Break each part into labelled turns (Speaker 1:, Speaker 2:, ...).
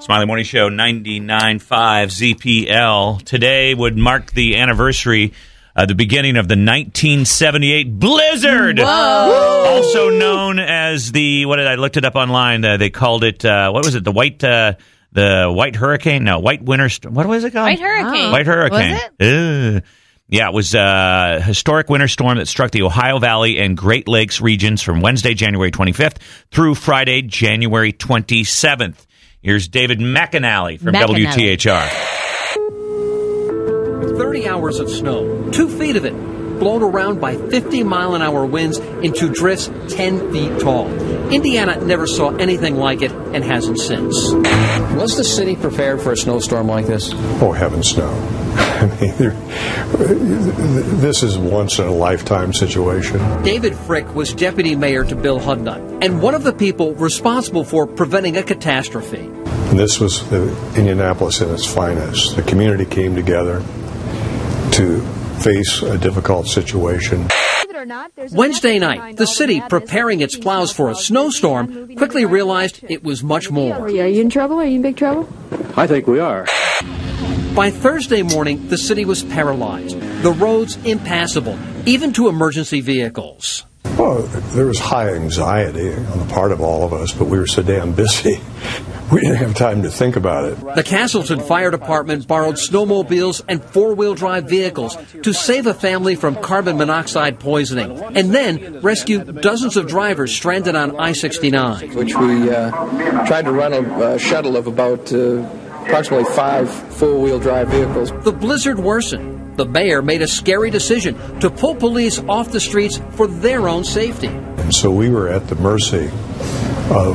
Speaker 1: Smiley Morning Show 99.5 ZPL. Today would mark the anniversary, uh, the beginning of the 1978 blizzard. Also known as the, what did I looked it up online? Uh, they called it, uh, what was it? The white, uh, the white hurricane? No, white winter. St- what was it called?
Speaker 2: White hurricane.
Speaker 1: White hurricane.
Speaker 3: Was
Speaker 1: Ugh. Yeah, it was a historic winter storm that struck the Ohio Valley and Great Lakes regions from Wednesday, January 25th through Friday, January 27th. Here's David McAnally from
Speaker 2: McAnally.
Speaker 1: WTHR.
Speaker 4: 30 hours of snow, two feet of it, blown around by 50 mile an hour winds into drifts 10 feet tall. Indiana never saw anything like it and hasn't since.
Speaker 5: Was the city prepared for a snowstorm like this?
Speaker 6: Oh, heavens, no. I mean, there- this is once in a lifetime situation.
Speaker 4: David Frick was deputy mayor to Bill Hudnut and one of the people responsible for preventing a catastrophe.
Speaker 6: This was the Indianapolis in its finest. The community came together to face a difficult situation.
Speaker 4: Wednesday night, the city, preparing its plows for a snowstorm, quickly realized it was much more.
Speaker 7: Are you in trouble? Are you in big trouble?
Speaker 5: I think we are.
Speaker 4: By Thursday morning, the city was paralyzed, the roads impassable, even to emergency vehicles.
Speaker 6: Well, there was high anxiety on the part of all of us, but we were so damn busy. We didn't have time to think about it.
Speaker 4: The Castleton Fire Department borrowed snowmobiles and four wheel drive vehicles to save a family from carbon monoxide poisoning and then rescued dozens of drivers stranded on I 69.
Speaker 5: Which we uh, tried to run a uh, shuttle of about uh, approximately five four wheel drive vehicles.
Speaker 4: The blizzard worsened. The mayor made a scary decision to pull police off the streets for their own safety.
Speaker 6: And so we were at the mercy of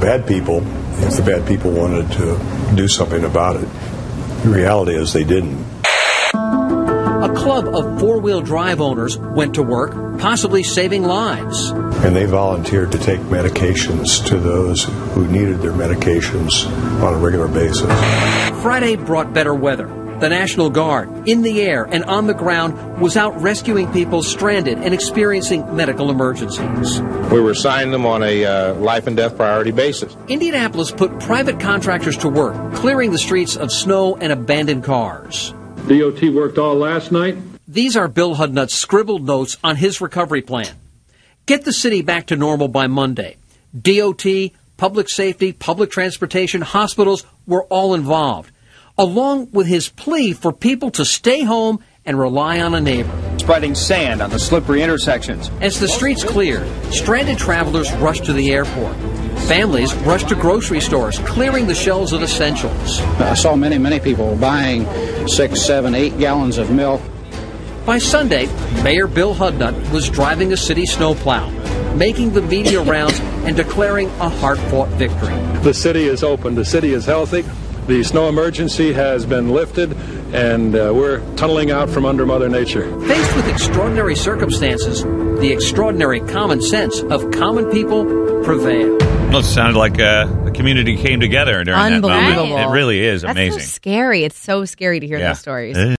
Speaker 6: bad people if the bad people wanted to do something about it. The reality is they didn't.
Speaker 4: A club of four wheel drive owners went to work, possibly saving lives.
Speaker 6: And they volunteered to take medications to those who needed their medications on a regular basis.
Speaker 4: Friday brought better weather. The National Guard, in the air and on the ground, was out rescuing people stranded and experiencing medical emergencies.
Speaker 8: We were assigning them on a uh, life and death priority basis.
Speaker 4: Indianapolis put private contractors to work, clearing the streets of snow and abandoned cars.
Speaker 9: DOT worked all last night.
Speaker 4: These are Bill Hudnut's scribbled notes on his recovery plan. Get the city back to normal by Monday. DOT, public safety, public transportation, hospitals were all involved, along with his plea for people to stay home and rely on a neighbor.
Speaker 10: spreading sand on the slippery intersections.
Speaker 4: As the streets cleared, stranded travelers rushed to the airport. Families rushed to grocery stores, clearing the shelves of essentials.
Speaker 10: I saw many, many people buying six, seven, eight gallons of milk.
Speaker 4: By Sunday, Mayor Bill Hudnut was driving a city snowplow, making the media rounds and declaring a hard fought victory.
Speaker 9: The city is open. The city is healthy. The snow emergency has been lifted, and uh, we're tunneling out from under Mother Nature.
Speaker 4: Faced with extraordinary circumstances, the extraordinary common sense of common people prevailed.
Speaker 1: Well, it sounded like uh, the community came together during that moment.
Speaker 3: Unbelievable.
Speaker 1: It really is
Speaker 3: That's
Speaker 1: amazing.
Speaker 3: so scary. It's so scary to hear
Speaker 1: Yeah.
Speaker 3: those stories.
Speaker 1: Ugh.